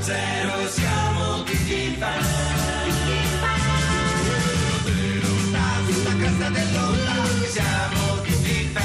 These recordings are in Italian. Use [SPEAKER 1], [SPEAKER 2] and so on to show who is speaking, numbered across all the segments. [SPEAKER 1] zero siamo tutti fan. Sulla carta dell'onda siamo tutti fan.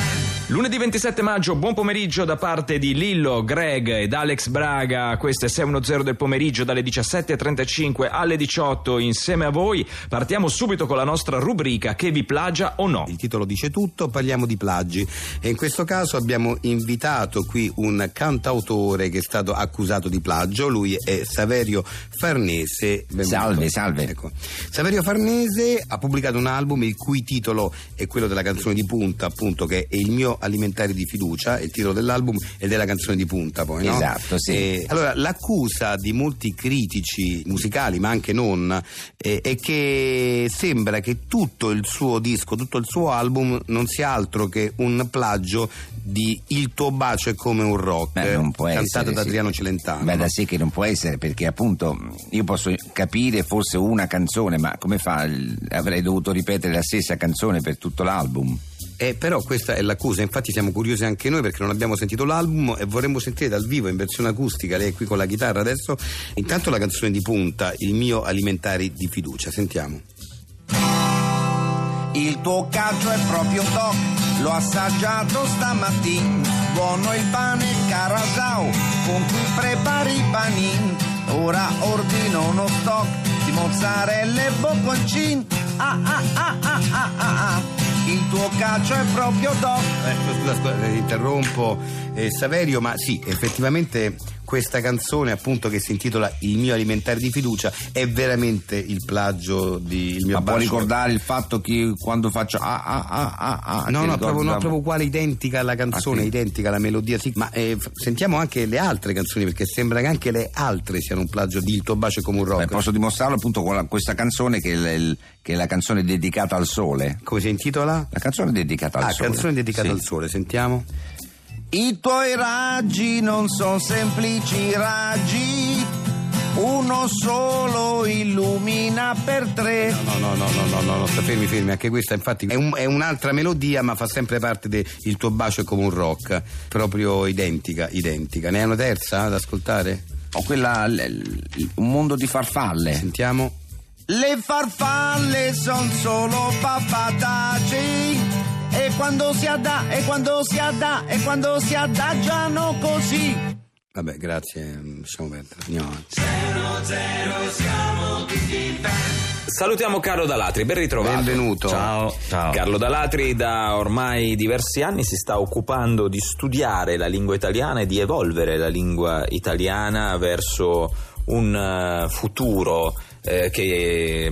[SPEAKER 2] Lunedì 27 maggio, buon pomeriggio da parte di Lillo, Greg ed Alex Braga. Questo è 610 del pomeriggio dalle 17.35 alle 18 insieme a voi. Partiamo subito con la nostra rubrica che vi plagia o no.
[SPEAKER 3] Il titolo dice tutto, parliamo di plagi e in questo caso abbiamo invitato qui un cantautore che è stato accusato di plagio, lui è Saverio Farnese.
[SPEAKER 4] Salve, salve.
[SPEAKER 3] Ecco. Saverio Farnese ha pubblicato un album il cui titolo è quello della canzone di punta, appunto, che è Il mio alimentare di fiducia, è il titolo dell'album e della canzone di punta poi, no?
[SPEAKER 4] Esatto, sì.
[SPEAKER 3] Eh, allora, l'accusa di molti critici musicali, ma anche non, eh, è che sembra che tutto il suo disco, tutto il suo album non sia altro che un plagio di Il tuo bacio è come un rock,
[SPEAKER 5] Eh,
[SPEAKER 4] Beh, non può
[SPEAKER 3] cantato
[SPEAKER 4] essere,
[SPEAKER 3] da
[SPEAKER 4] sì.
[SPEAKER 3] Adriano Celentano.
[SPEAKER 4] Beh, da sé che non può essere, perché appunto io posso capire forse una canzone, ma come fa? Il- Avrei dovuto ripetere la stessa canzone per tutto l'album.
[SPEAKER 3] Eh, però questa è l'accusa, infatti siamo curiosi anche noi perché non abbiamo sentito l'album e vorremmo sentire dal vivo in versione acustica, lei è qui con la chitarra adesso, intanto la canzone di punta, Il mio alimentare di fiducia, sentiamo.
[SPEAKER 5] Il tuo calcio è proprio top, l'ho assaggiato stamattina. Buono il pane carasau, con cui prepari i panin. Ora ordino uno stock di mozzarella e bocconcin. Ah ah ah ah ah ah ah. Il tuo calcio è proprio top.
[SPEAKER 3] Eh, scusa, scusa, eh, interrompo eh, Saverio, ma sì, effettivamente questa canzone appunto che si intitola Il mio alimentare di fiducia è veramente il plagio di Il mio
[SPEAKER 4] ma può
[SPEAKER 3] bacio.
[SPEAKER 4] ricordare il fatto che quando faccio ah ah ah ah ah
[SPEAKER 3] No,
[SPEAKER 4] ti
[SPEAKER 3] no,
[SPEAKER 4] ricordo-
[SPEAKER 3] proprio, no, proprio uguale, identica alla canzone,
[SPEAKER 4] Ah, sì.
[SPEAKER 3] identica alla melodia, sì. Ma eh, f- sentiamo anche le altre canzoni, perché sembra che anche le altre siano un plagio di Il tuo bacio è come un rock.
[SPEAKER 4] Beh, posso dimostrarlo appunto con la- questa canzone che è, il- il- che è la canzone dedicata al sole.
[SPEAKER 3] Come si intitola?
[SPEAKER 4] La canzone dedicata al
[SPEAKER 3] ah,
[SPEAKER 4] sole.
[SPEAKER 3] canzone dedicata
[SPEAKER 4] Sì.
[SPEAKER 3] al sole, sentiamo.
[SPEAKER 5] I tuoi raggi non sono semplici raggi, uno solo illumina per tre.
[SPEAKER 3] No, no, no, no, no, no, no, sta fermi, fermi, anche questa infatti è, un- è un'altra melodia ma fa sempre parte del Il tuo bacio è come un rock, proprio identica, identica. Ne è una terza da ascoltare?
[SPEAKER 4] Ho quella. l- l- un mondo di farfalle.
[SPEAKER 3] Sentiamo.
[SPEAKER 5] Le farfalle son solo papataci e quando si adda e quando si adda e quando si adagiano così.
[SPEAKER 3] Vabbè, grazie, mm, lasciamo perdere, andiamo avanti.
[SPEAKER 2] Salutiamo Carlo Dalatri, ben ritrovato.
[SPEAKER 3] Benvenuto.
[SPEAKER 2] Ciao.
[SPEAKER 4] Ciao.
[SPEAKER 2] Carlo Dalatri da ormai diversi anni si sta occupando di studiare la lingua italiana e di evolvere la lingua italiana verso un eh, futuro eh, che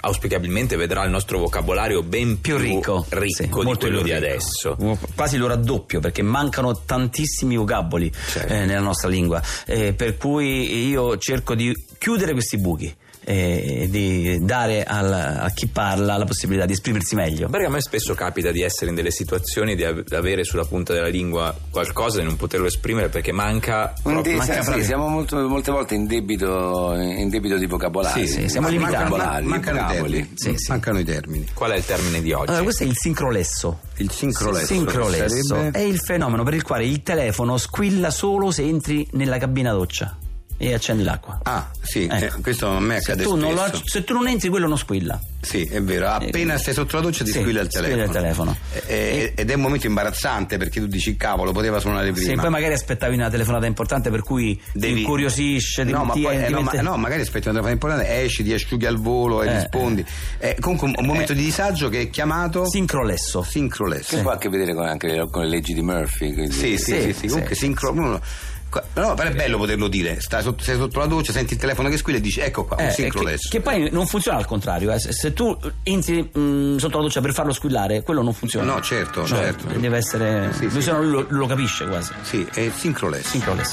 [SPEAKER 2] auspicabilmente vedrà il nostro vocabolario ben più,
[SPEAKER 6] più ricco, sì,
[SPEAKER 2] ricco di
[SPEAKER 6] molto
[SPEAKER 2] quello di
[SPEAKER 6] più ricco.
[SPEAKER 2] adesso.
[SPEAKER 6] Quasi lo raddoppio perché mancano tantissimi vocaboli
[SPEAKER 3] Certo.
[SPEAKER 6] eh, nella nostra lingua. eh, per cui io cerco di chiudere questi buchi eh, e di dare al- a chi parla la possibilità di esprimersi meglio.
[SPEAKER 2] Perché a me spesso capita di essere in delle situazioni di av- di avere sulla punta della lingua qualcosa e non poterlo esprimere perché manca
[SPEAKER 7] Un
[SPEAKER 2] proprio-
[SPEAKER 7] de-
[SPEAKER 2] manca
[SPEAKER 7] sì,
[SPEAKER 2] proprio.
[SPEAKER 7] siamo molto- molte volte in debito, in debito di vocabolario.
[SPEAKER 6] Sì, sì, siamo
[SPEAKER 7] Ma-
[SPEAKER 6] limitati.
[SPEAKER 7] Vocabolari,
[SPEAKER 3] mancano, i
[SPEAKER 7] vocaboli.
[SPEAKER 3] termini.
[SPEAKER 6] Sì, sì.
[SPEAKER 3] mancano i termini.
[SPEAKER 2] Qual è il termine di oggi?
[SPEAKER 6] Allora, questo è il sincrolesso.
[SPEAKER 3] Il sincrolesso.
[SPEAKER 6] Sincrolesso
[SPEAKER 3] sarebbe-
[SPEAKER 6] è il fenomeno per il quale il telefono squilla solo se entri nella cabina doccia e accendi l'acqua.
[SPEAKER 3] Ah, sì,
[SPEAKER 6] Ecco.
[SPEAKER 3] eh, questo a me
[SPEAKER 6] Se
[SPEAKER 3] accade
[SPEAKER 6] tu non lo-
[SPEAKER 3] spesso.
[SPEAKER 6] se tu non entri, quello non squilla.
[SPEAKER 3] Sì, è vero, appena
[SPEAKER 6] Eh,
[SPEAKER 3] sei sotto la doccia ti
[SPEAKER 6] sì,
[SPEAKER 3] squilla il
[SPEAKER 6] squilla
[SPEAKER 3] telefono.
[SPEAKER 6] il telefono.
[SPEAKER 3] Eh, ed è un momento imbarazzante perché tu dici cavolo, poteva suonare prima.
[SPEAKER 6] Sì, poi magari aspettavi una telefonata importante per cui ti incuriosisce, ti
[SPEAKER 3] no, ma
[SPEAKER 6] ti-
[SPEAKER 3] poi, eh,
[SPEAKER 6] ti
[SPEAKER 3] no, ma-
[SPEAKER 6] mette-
[SPEAKER 3] no, magari aspetti una telefonata importante, esci, ti asciughi al volo e
[SPEAKER 6] Eh,
[SPEAKER 3] rispondi. Eh, comunque un, un momento di disagio che è chiamato
[SPEAKER 6] Sincrolesso.
[SPEAKER 3] sincrolesso.
[SPEAKER 7] Che può a che vedere con, anche le- con le leggi di Murphy. quindi-
[SPEAKER 3] Sì, sì, sì,
[SPEAKER 6] Sì,
[SPEAKER 3] sì,
[SPEAKER 6] sì,
[SPEAKER 3] comunque sincro. uno- qua- No, però è bello poterlo dire. Sta sotto- sei sotto la doccia, senti il telefono che squilla e dici ecco qua,
[SPEAKER 6] Eh,
[SPEAKER 3] un
[SPEAKER 6] che,
[SPEAKER 3] sincrolesso.
[SPEAKER 6] che poi non funziona al contrario, eh. se, se tu entri mh, sotto la doccia per farlo squillare, quello non funziona.
[SPEAKER 3] No, certo, certo.
[SPEAKER 6] Deve essere.
[SPEAKER 3] Sì, sì.
[SPEAKER 6] lui se no lo, lo capisce quasi.
[SPEAKER 3] Sì, è sincrolesso.
[SPEAKER 6] Sincrolesso.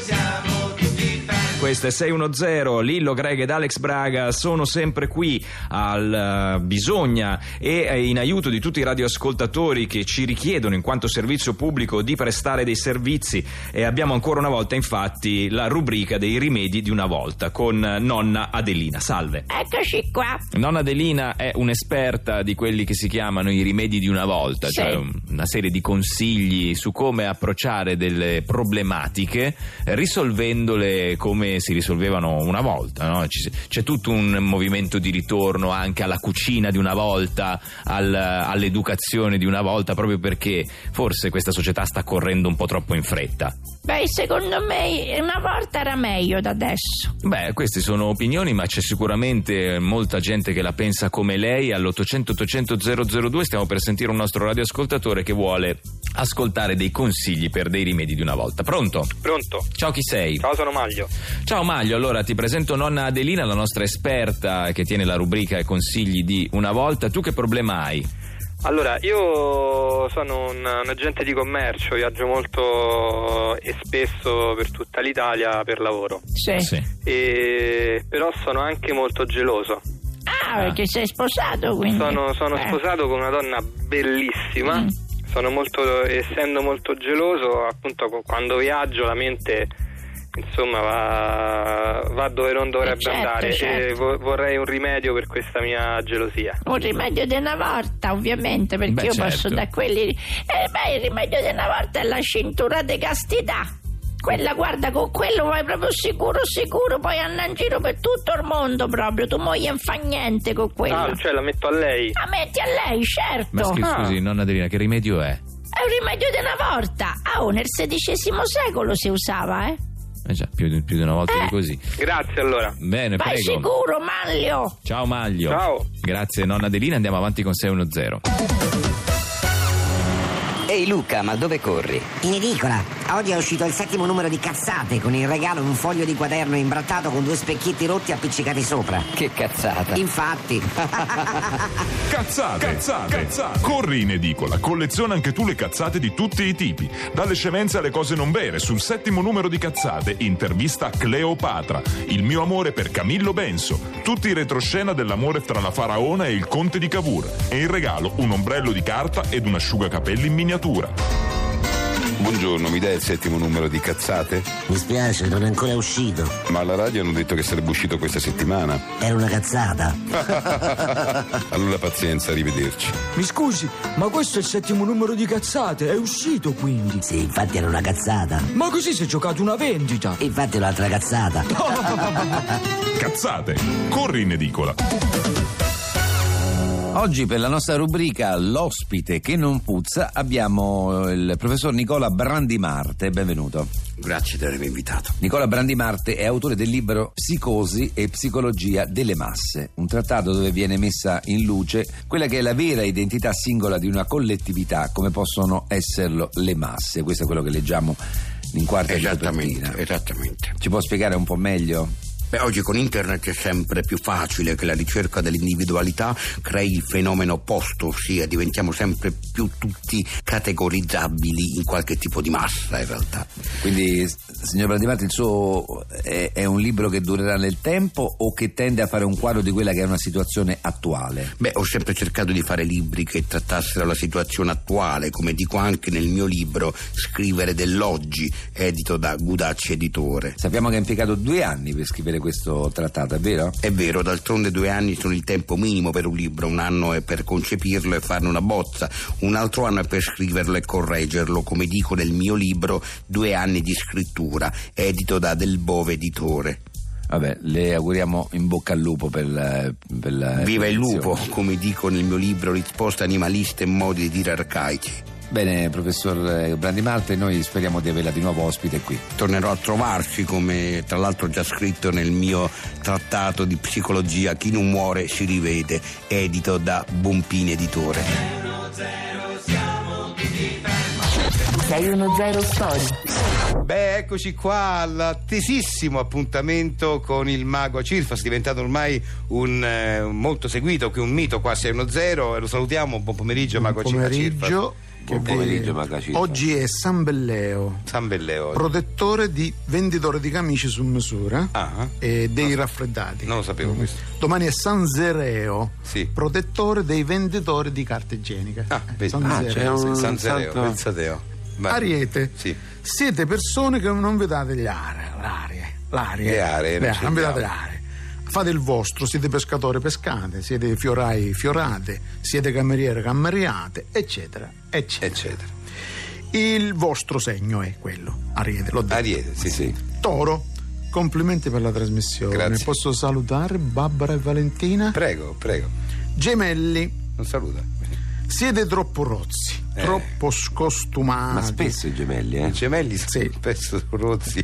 [SPEAKER 1] Siamo tutti fan.
[SPEAKER 8] Questo è 610, Lillo Greg ed Alex Braga sono sempre qui al eh, Bisogna e eh, in aiuto di tutti i radioascoltatori che ci richiedono in quanto servizio pubblico di prestare dei servizi e abbiamo ancora una volta infatti la rubrica dei rimedi di una volta con eh, nonna Adelina. Salve.
[SPEAKER 9] Eccoci qua.
[SPEAKER 8] Nonna Adelina è un'esperta di quelli che si chiamano i rimedi di una volta,
[SPEAKER 9] Sì.
[SPEAKER 8] cioè un- una serie di consigli su come approcciare delle problematiche eh, risolvendole come si risolvevano una volta. no? Ci- c'è tutto un movimento di ritorno anche alla cucina di una volta, al- all'educazione di una volta, proprio perché forse questa società sta correndo un po' troppo in fretta.
[SPEAKER 9] Beh, secondo me una volta era meglio da adesso.
[SPEAKER 8] Beh, queste sono opinioni, ma c'è sicuramente molta gente che la pensa come lei. All'800-800-002 stiamo per sentire un nostro radioascoltatore che vuole ascoltare dei consigli per dei rimedi di una volta. Pronto?
[SPEAKER 10] Pronto?
[SPEAKER 8] Ciao, chi sei?
[SPEAKER 10] Ciao, sono Maglio.
[SPEAKER 8] Ciao Maglio, allora ti presento nonna Adelina, la nostra esperta che tiene la rubrica e consigli di una volta. Tu che problema hai?
[SPEAKER 10] Allora, io sono un, un agente di commercio, viaggio molto eh, e spesso per tutta l'Italia per lavoro.
[SPEAKER 9] Sì.
[SPEAKER 11] Eh.
[SPEAKER 10] E- però sono anche molto geloso.
[SPEAKER 9] Ah, perché sei sposato quindi.
[SPEAKER 10] Sono, sono
[SPEAKER 9] Eh.
[SPEAKER 10] sposato con una donna bellissima.
[SPEAKER 9] Mm.
[SPEAKER 10] Sono molto, essendo molto geloso, appunto co- quando viaggio la mente insomma va, va dove non dovrebbe
[SPEAKER 9] certo,
[SPEAKER 10] andare e
[SPEAKER 9] certo.
[SPEAKER 10] vo- vorrei un rimedio per questa mia gelosia.
[SPEAKER 9] Un rimedio di una volta, ovviamente, perché
[SPEAKER 8] Beh,
[SPEAKER 9] io
[SPEAKER 8] certo.
[SPEAKER 9] posso da quelli. Eh, beh, il rimedio di una volta è la cintura di castità. Quella, guarda, con quello vai proprio sicuro, sicuro, poi andare in giro per tutto il mondo proprio. Tu moglie non fa niente con quello.
[SPEAKER 10] Ah, cioè la metto a lei.
[SPEAKER 9] La metti a lei, certo.
[SPEAKER 8] Ma schi- scusi, nonna Adelina, che rimedio è?
[SPEAKER 9] È un rimedio di una volta. Ah, oh, nel XVI secolo si usava, eh?
[SPEAKER 8] Eh già, più, di- più di una volta di così.
[SPEAKER 10] Grazie allora.
[SPEAKER 8] Bene,
[SPEAKER 9] Vai
[SPEAKER 8] prego.
[SPEAKER 9] sicuro, Maglio.
[SPEAKER 8] Ciao Maglio.
[SPEAKER 10] Ciao.
[SPEAKER 8] Grazie nonna Adelina, andiamo avanti con 610.
[SPEAKER 2] Ehi Luca, ma dove corri?
[SPEAKER 12] In edicola. Oggi è uscito il settimo numero di cazzate con in regalo un foglio di quaderno imbrattato con due specchietti rotti appiccicati sopra.
[SPEAKER 2] Che cazzata.
[SPEAKER 12] Infatti.
[SPEAKER 13] Cazzate! Cazzate! Corri in edicola, colleziona anche tu le cazzate di tutti i tipi. Dalle scemenze alle cose non vere, sul settimo numero di cazzate, intervista a Cleopatra, il mio amore per Camillo Benso, tutti i retroscena dell'amore fra la faraona e il conte di Cavour, e in regalo un ombrello di carta ed un asciugacapelli in miniatura.
[SPEAKER 14] Buongiorno, mi dai il settimo numero di cazzate?
[SPEAKER 12] Mi spiace, non è ancora uscito.
[SPEAKER 14] Ma alla radio hanno detto che sarebbe uscito questa settimana.
[SPEAKER 12] Era una cazzata.
[SPEAKER 14] Allora pazienza, arrivederci.
[SPEAKER 11] Mi scusi, ma questo è il settimo numero di cazzate, è uscito quindi.
[SPEAKER 12] Sì, infatti era una cazzata.
[SPEAKER 11] Ma così si è giocato una vendita.
[SPEAKER 12] Infatti è un'altra cazzata.
[SPEAKER 13] Cazzate! Corri in edicola.
[SPEAKER 4] Oggi per la nostra rubrica L'ospite che non puzza abbiamo il professor Nicola Brandimarte, benvenuto.
[SPEAKER 3] Grazie di avermi invitato.
[SPEAKER 4] Nicola Brandimarte è autore del libro Psicosi e psicologia delle masse, un trattato dove viene messa in luce quella che è la vera identità singola di una collettività, come possono esserlo le masse. Questo è quello che leggiamo in quarta di copertina.
[SPEAKER 3] Esattamente, esattamente.
[SPEAKER 4] Ci può spiegare un po' meglio?
[SPEAKER 3] Beh, oggi con internet è sempre più facile che la ricerca dell'individualità crei il fenomeno opposto, ossia diventiamo sempre più tutti categorizzabili in qualche tipo di massa in realtà.
[SPEAKER 4] Quindi, s- signor Brandimarte, il suo è, è un libro che durerà nel tempo o che tende a fare un quadro di quella che è una situazione attuale?
[SPEAKER 3] Beh, ho sempre cercato di fare libri che trattassero la situazione attuale, come dico anche nel mio libro Scrivere dell'oggi, edito da Gudacci Editore.
[SPEAKER 4] Sappiamo che ha impiegato due anni per scrivere questo trattato, è vero?
[SPEAKER 3] È vero, d'altronde due anni sono il tempo minimo per un libro, un anno è per concepirlo e farne una bozza, un altro anno è per scriverlo e correggerlo, come dico nel mio libro Due anni di scrittura, edito da Del Bove Editore.
[SPEAKER 4] Vabbè, le auguriamo in bocca al lupo per la. per la-
[SPEAKER 3] Viva il lupo,
[SPEAKER 4] edizione.
[SPEAKER 3] come dico nel mio libro Risposte animaliste e modi di dire arcaici.
[SPEAKER 4] Bene, professor eh, Brandimarte, noi speriamo di averla di nuovo ospite qui.
[SPEAKER 3] Tornerò a trovarci, come tra l'altro ho già scritto nel mio trattato di psicologia Chi non muore si rivede, edito da Bompini Editore.
[SPEAKER 15] 610 Story.
[SPEAKER 16] Beh, eccoci qua all'attesissimo appuntamento con il mago Cirfas, diventato ormai un eh, molto seguito, qui un mito qua a 610 e lo salutiamo, buon pomeriggio mago Cirfas.
[SPEAKER 17] pomeriggio
[SPEAKER 4] Buon pomeriggio, Magacito.
[SPEAKER 12] Oggi è San Belleo.
[SPEAKER 3] San Belleo. oggi.
[SPEAKER 12] Protettore di venditore di camicie su misura
[SPEAKER 3] Ah.
[SPEAKER 12] e dei raffreddati.
[SPEAKER 3] Non lo sapevo questo.
[SPEAKER 12] Domani è San Zereo,
[SPEAKER 3] Sì.
[SPEAKER 12] protettore dei venditori di carte igieniche.
[SPEAKER 3] Ah,
[SPEAKER 12] Eh,
[SPEAKER 3] vedi.
[SPEAKER 12] San
[SPEAKER 3] Ah,
[SPEAKER 12] Zereo,
[SPEAKER 3] c'è un
[SPEAKER 12] sì.
[SPEAKER 3] San Zereo,
[SPEAKER 12] santo-
[SPEAKER 3] pensate. oh. Vai.
[SPEAKER 12] Ariete.
[SPEAKER 3] Sì.
[SPEAKER 12] Siete persone che non vedate le aree, l'aria, l'aria.
[SPEAKER 3] Le aree, non
[SPEAKER 12] Le
[SPEAKER 3] ci
[SPEAKER 12] non vedate le
[SPEAKER 3] andiamo.
[SPEAKER 12] aree. Fate il vostro, siete pescatore, pescate, siete fiorai, fiorate, siete cameriere, cameriate, eccetera, eccetera. Il vostro segno è quello, Ariete, l'ho detto.
[SPEAKER 3] Ariete, sì, sì.
[SPEAKER 12] Toro, complimenti per la trasmissione.
[SPEAKER 3] Grazie.
[SPEAKER 12] Posso salutare Barbara e Valentina?
[SPEAKER 3] Prego, prego.
[SPEAKER 12] Gemelli,
[SPEAKER 3] Non saluta.
[SPEAKER 12] siete troppo rozzi,
[SPEAKER 3] Eh.
[SPEAKER 12] troppo scostumati.
[SPEAKER 4] Ma spesso i gemelli,
[SPEAKER 3] I
[SPEAKER 4] eh?
[SPEAKER 3] gemelli sono spesso rozzi.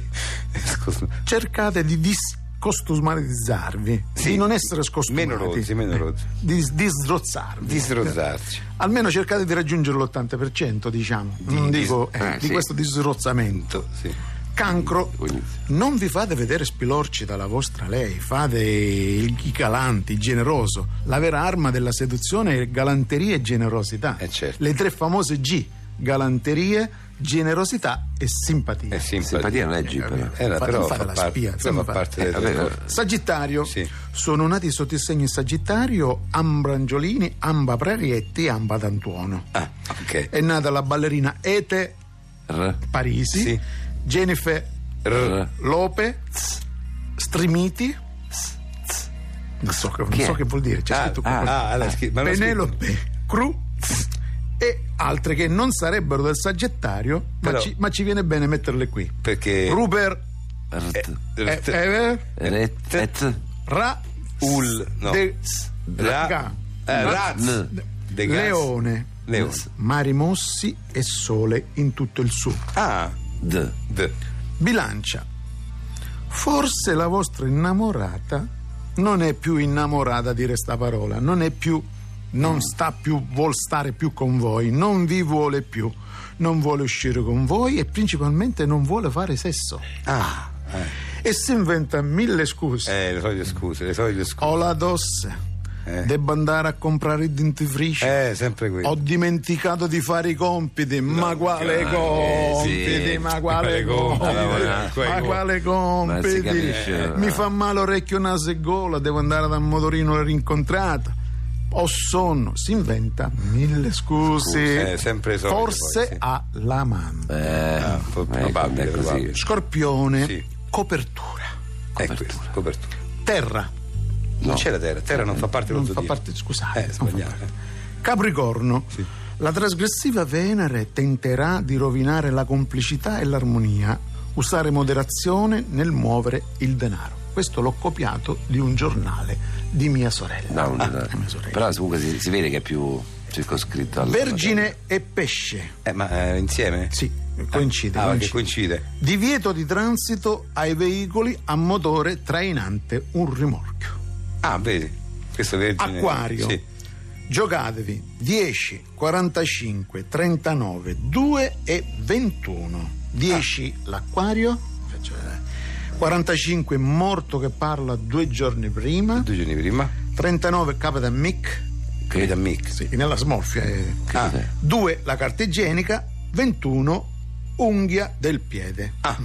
[SPEAKER 3] Scusa.
[SPEAKER 12] cercate di discostumarizzarvi,
[SPEAKER 3] Sì.
[SPEAKER 12] di non essere scostumati, Eh.
[SPEAKER 3] Meno rozzi, meno rozzi.
[SPEAKER 12] di disrozzarvi.
[SPEAKER 3] Disrozzarci.
[SPEAKER 12] Almeno cercate di raggiungere l'80%, diciamo,
[SPEAKER 3] Di-
[SPEAKER 12] non
[SPEAKER 3] dis-
[SPEAKER 12] dico eh,
[SPEAKER 3] ah,
[SPEAKER 12] di
[SPEAKER 3] sì.
[SPEAKER 12] questo disrozzamento.
[SPEAKER 3] Sì.
[SPEAKER 12] Cancro,
[SPEAKER 4] Ogni-
[SPEAKER 12] non vi fate vedere spilorci dalla vostra lei, fate il i galanti, il generoso. La vera arma della seduzione è galanteria e generosità.
[SPEAKER 3] Eh, certo.
[SPEAKER 12] Le tre famose G, galanteria, generosità e simpatia.
[SPEAKER 3] È simpatia.
[SPEAKER 4] Simpatia non è G, però.
[SPEAKER 3] Era,
[SPEAKER 12] Fate-
[SPEAKER 3] però
[SPEAKER 12] fate
[SPEAKER 3] fa
[SPEAKER 12] la
[SPEAKER 3] parte-
[SPEAKER 12] spia,
[SPEAKER 3] però fa
[SPEAKER 12] fate-
[SPEAKER 3] parte delle
[SPEAKER 4] Eh,
[SPEAKER 3] tre
[SPEAKER 4] vabbè,
[SPEAKER 3] cose.
[SPEAKER 12] Sagittario,
[SPEAKER 3] Sì.
[SPEAKER 12] sono nati sotto il segno Sagittario Ambrangiolini, Amba Prarietti e Amba D'Antuono.
[SPEAKER 3] Ah, ok.
[SPEAKER 12] È nata la ballerina Ete
[SPEAKER 4] R.
[SPEAKER 12] Parisi,
[SPEAKER 3] Sì.
[SPEAKER 12] Jennifer
[SPEAKER 3] R.
[SPEAKER 12] Lopez Strimiti, non so, che- non
[SPEAKER 4] Chi è?
[SPEAKER 12] so che vuol dire, c'è
[SPEAKER 3] Ah,
[SPEAKER 12] scritto
[SPEAKER 3] ah,
[SPEAKER 12] qua.
[SPEAKER 3] ah, l'ha scritto- ma l'ha
[SPEAKER 12] Penelope Cruz e altre che non sarebbero del Sagittario, ma,
[SPEAKER 3] Però- Eh.
[SPEAKER 12] ci, ma ci viene bene metterle qui.
[SPEAKER 3] Perché.
[SPEAKER 12] Ruper
[SPEAKER 4] Rt.
[SPEAKER 12] eh,
[SPEAKER 3] Rt-
[SPEAKER 12] eh,
[SPEAKER 4] Ret. Et.
[SPEAKER 12] Ra
[SPEAKER 3] Ul. No.
[SPEAKER 12] De-
[SPEAKER 3] Ra.
[SPEAKER 12] Ga-
[SPEAKER 3] eh,
[SPEAKER 12] Ra-
[SPEAKER 3] Raz.
[SPEAKER 4] N.
[SPEAKER 3] De Gaz.
[SPEAKER 12] Leone,
[SPEAKER 3] Leone.
[SPEAKER 12] mari mossi e sole in tutto il suo.
[SPEAKER 3] Ah.
[SPEAKER 4] D.
[SPEAKER 3] D.
[SPEAKER 12] Bilancia, forse la vostra innamorata non è più innamorata, dire sta parola, non è più,
[SPEAKER 3] Mm.
[SPEAKER 12] non sta più, vuol stare più con voi, non vi vuole più, non vuole uscire con voi e principalmente non vuole fare sesso.
[SPEAKER 3] Ah.
[SPEAKER 12] E si inventa mille scuse.
[SPEAKER 3] Eh, le solite scuse, le solite scuse.
[SPEAKER 12] Ho la tosse.
[SPEAKER 3] Eh.
[SPEAKER 12] Devo andare a comprare il dentifricio.
[SPEAKER 3] Eh, sempre quello.
[SPEAKER 12] Ho dimenticato di fare i compiti, ma quale compiti,
[SPEAKER 4] sì.
[SPEAKER 12] ma quale
[SPEAKER 3] Quale compiti,
[SPEAKER 12] compiti,
[SPEAKER 3] allora, quei
[SPEAKER 12] ma
[SPEAKER 3] compiti.
[SPEAKER 12] quale
[SPEAKER 4] Ma si
[SPEAKER 12] compiti. Eh,
[SPEAKER 4] capisce, no?
[SPEAKER 12] Mi fa male orecchio, naso e gola, devo andare da motorino, l'ho rincontrata. Ho sonno, si inventa mille
[SPEAKER 3] Scuse,
[SPEAKER 12] scuse.
[SPEAKER 3] eh, sempre le solite
[SPEAKER 12] Forse
[SPEAKER 3] poi, sì.
[SPEAKER 12] ha l'amante.
[SPEAKER 4] Eh,
[SPEAKER 3] Ah, po-
[SPEAKER 4] ecco,
[SPEAKER 3] probabile,
[SPEAKER 4] è
[SPEAKER 3] probabile.
[SPEAKER 4] così.
[SPEAKER 12] Scorpione,
[SPEAKER 3] Sì.
[SPEAKER 12] copertura.
[SPEAKER 3] È questo, copertura.
[SPEAKER 12] Terra,
[SPEAKER 3] Non c'è la terra, terra non fa parte dello
[SPEAKER 12] non fa
[SPEAKER 3] zodiaco.
[SPEAKER 12] parte, scusate.
[SPEAKER 3] Eh,
[SPEAKER 12] non fa
[SPEAKER 3] sbagliato.
[SPEAKER 12] parte. Capricorno. La trasgressiva Venere tenterà di rovinare la complicità e l'armonia, usare moderazione nel muovere il denaro. Questo l'ho copiato di un giornale di mia sorella.
[SPEAKER 4] No, no, no.
[SPEAKER 12] Ah, è mia sorella.
[SPEAKER 4] Però comunque si, si vede che è più circoscritto. alla-
[SPEAKER 12] Vergine e pesce.
[SPEAKER 3] Eh, ma eh, insieme?
[SPEAKER 12] Sì, coincide.
[SPEAKER 3] Ah, perché
[SPEAKER 12] coincide.
[SPEAKER 3] coincide.
[SPEAKER 12] Divieto di transito ai veicoli a motore trainante un rimorchio.
[SPEAKER 3] Ah, vedi, questo vergine.
[SPEAKER 12] Acquario.
[SPEAKER 3] Sì.
[SPEAKER 12] Giocatevi 10, 45, 39, 2 e 21. 10
[SPEAKER 3] Ah.
[SPEAKER 12] l'acquario, vi faccio vedere. 45 morto che parla due giorni prima,
[SPEAKER 3] Due giorni prima.
[SPEAKER 12] 39 capita Mick,
[SPEAKER 3] Capita Mick.
[SPEAKER 12] sì, nella smorfia, eh.
[SPEAKER 3] Ah,
[SPEAKER 12] 2 la carta igienica, 21 unghia del piede.
[SPEAKER 3] Ah.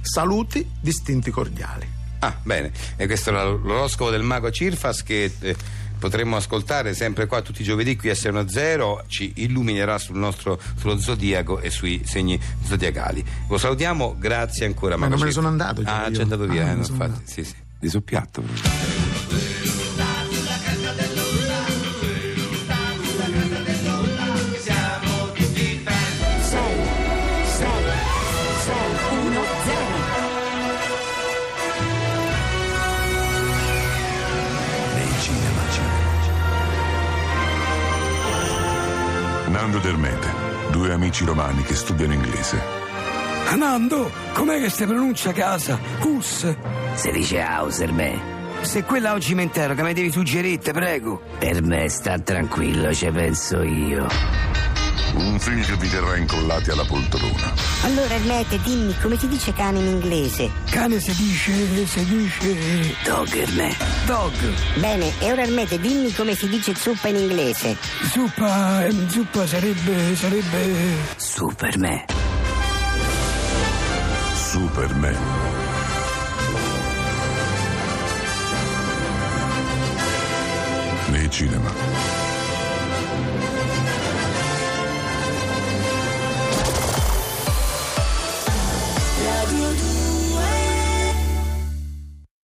[SPEAKER 12] Saluti distinti cordiali.
[SPEAKER 3] ah, bene. E questo era l'oroscopo del mago Cirfas che eh, potremo ascoltare sempre qua tutti i giovedì qui a 610. Ci illuminerà sul nostro, sullo zodiaco e sui segni zodiacali. Lo salutiamo, grazie ancora.
[SPEAKER 12] Ma
[SPEAKER 3] mago
[SPEAKER 12] non me ne
[SPEAKER 3] Cirfas.
[SPEAKER 12] sono andato, già
[SPEAKER 3] Ah,
[SPEAKER 12] io.
[SPEAKER 3] c'è andato
[SPEAKER 12] Ah,
[SPEAKER 3] via, eh,
[SPEAKER 12] me ne sono
[SPEAKER 3] infatti.
[SPEAKER 12] andato.
[SPEAKER 3] Sì, sì.
[SPEAKER 4] Di soppiatto. proprio.
[SPEAKER 9] Nando Dermete, due amici romani che studiano inglese.
[SPEAKER 8] Nando, com'è che si pronuncia casa? Us? Si dice house, per me. Se quella oggi mi interroga, mi devi suggerire, prego. Per me, sta tranquillo, ci penso io.
[SPEAKER 12] Un film che vi terrà incollati alla poltrona.
[SPEAKER 18] Allora, Ermete, dimmi come si dice cane in inglese? Cane si dice, si dice. Dog, Ermete. Dog. Bene, e ora Ermete, dimmi come si dice zuppa in inglese.
[SPEAKER 19] Zuppa, ehm, zuppa sarebbe, sarebbe...
[SPEAKER 18] Superman.
[SPEAKER 12] Superman. Nei cinema.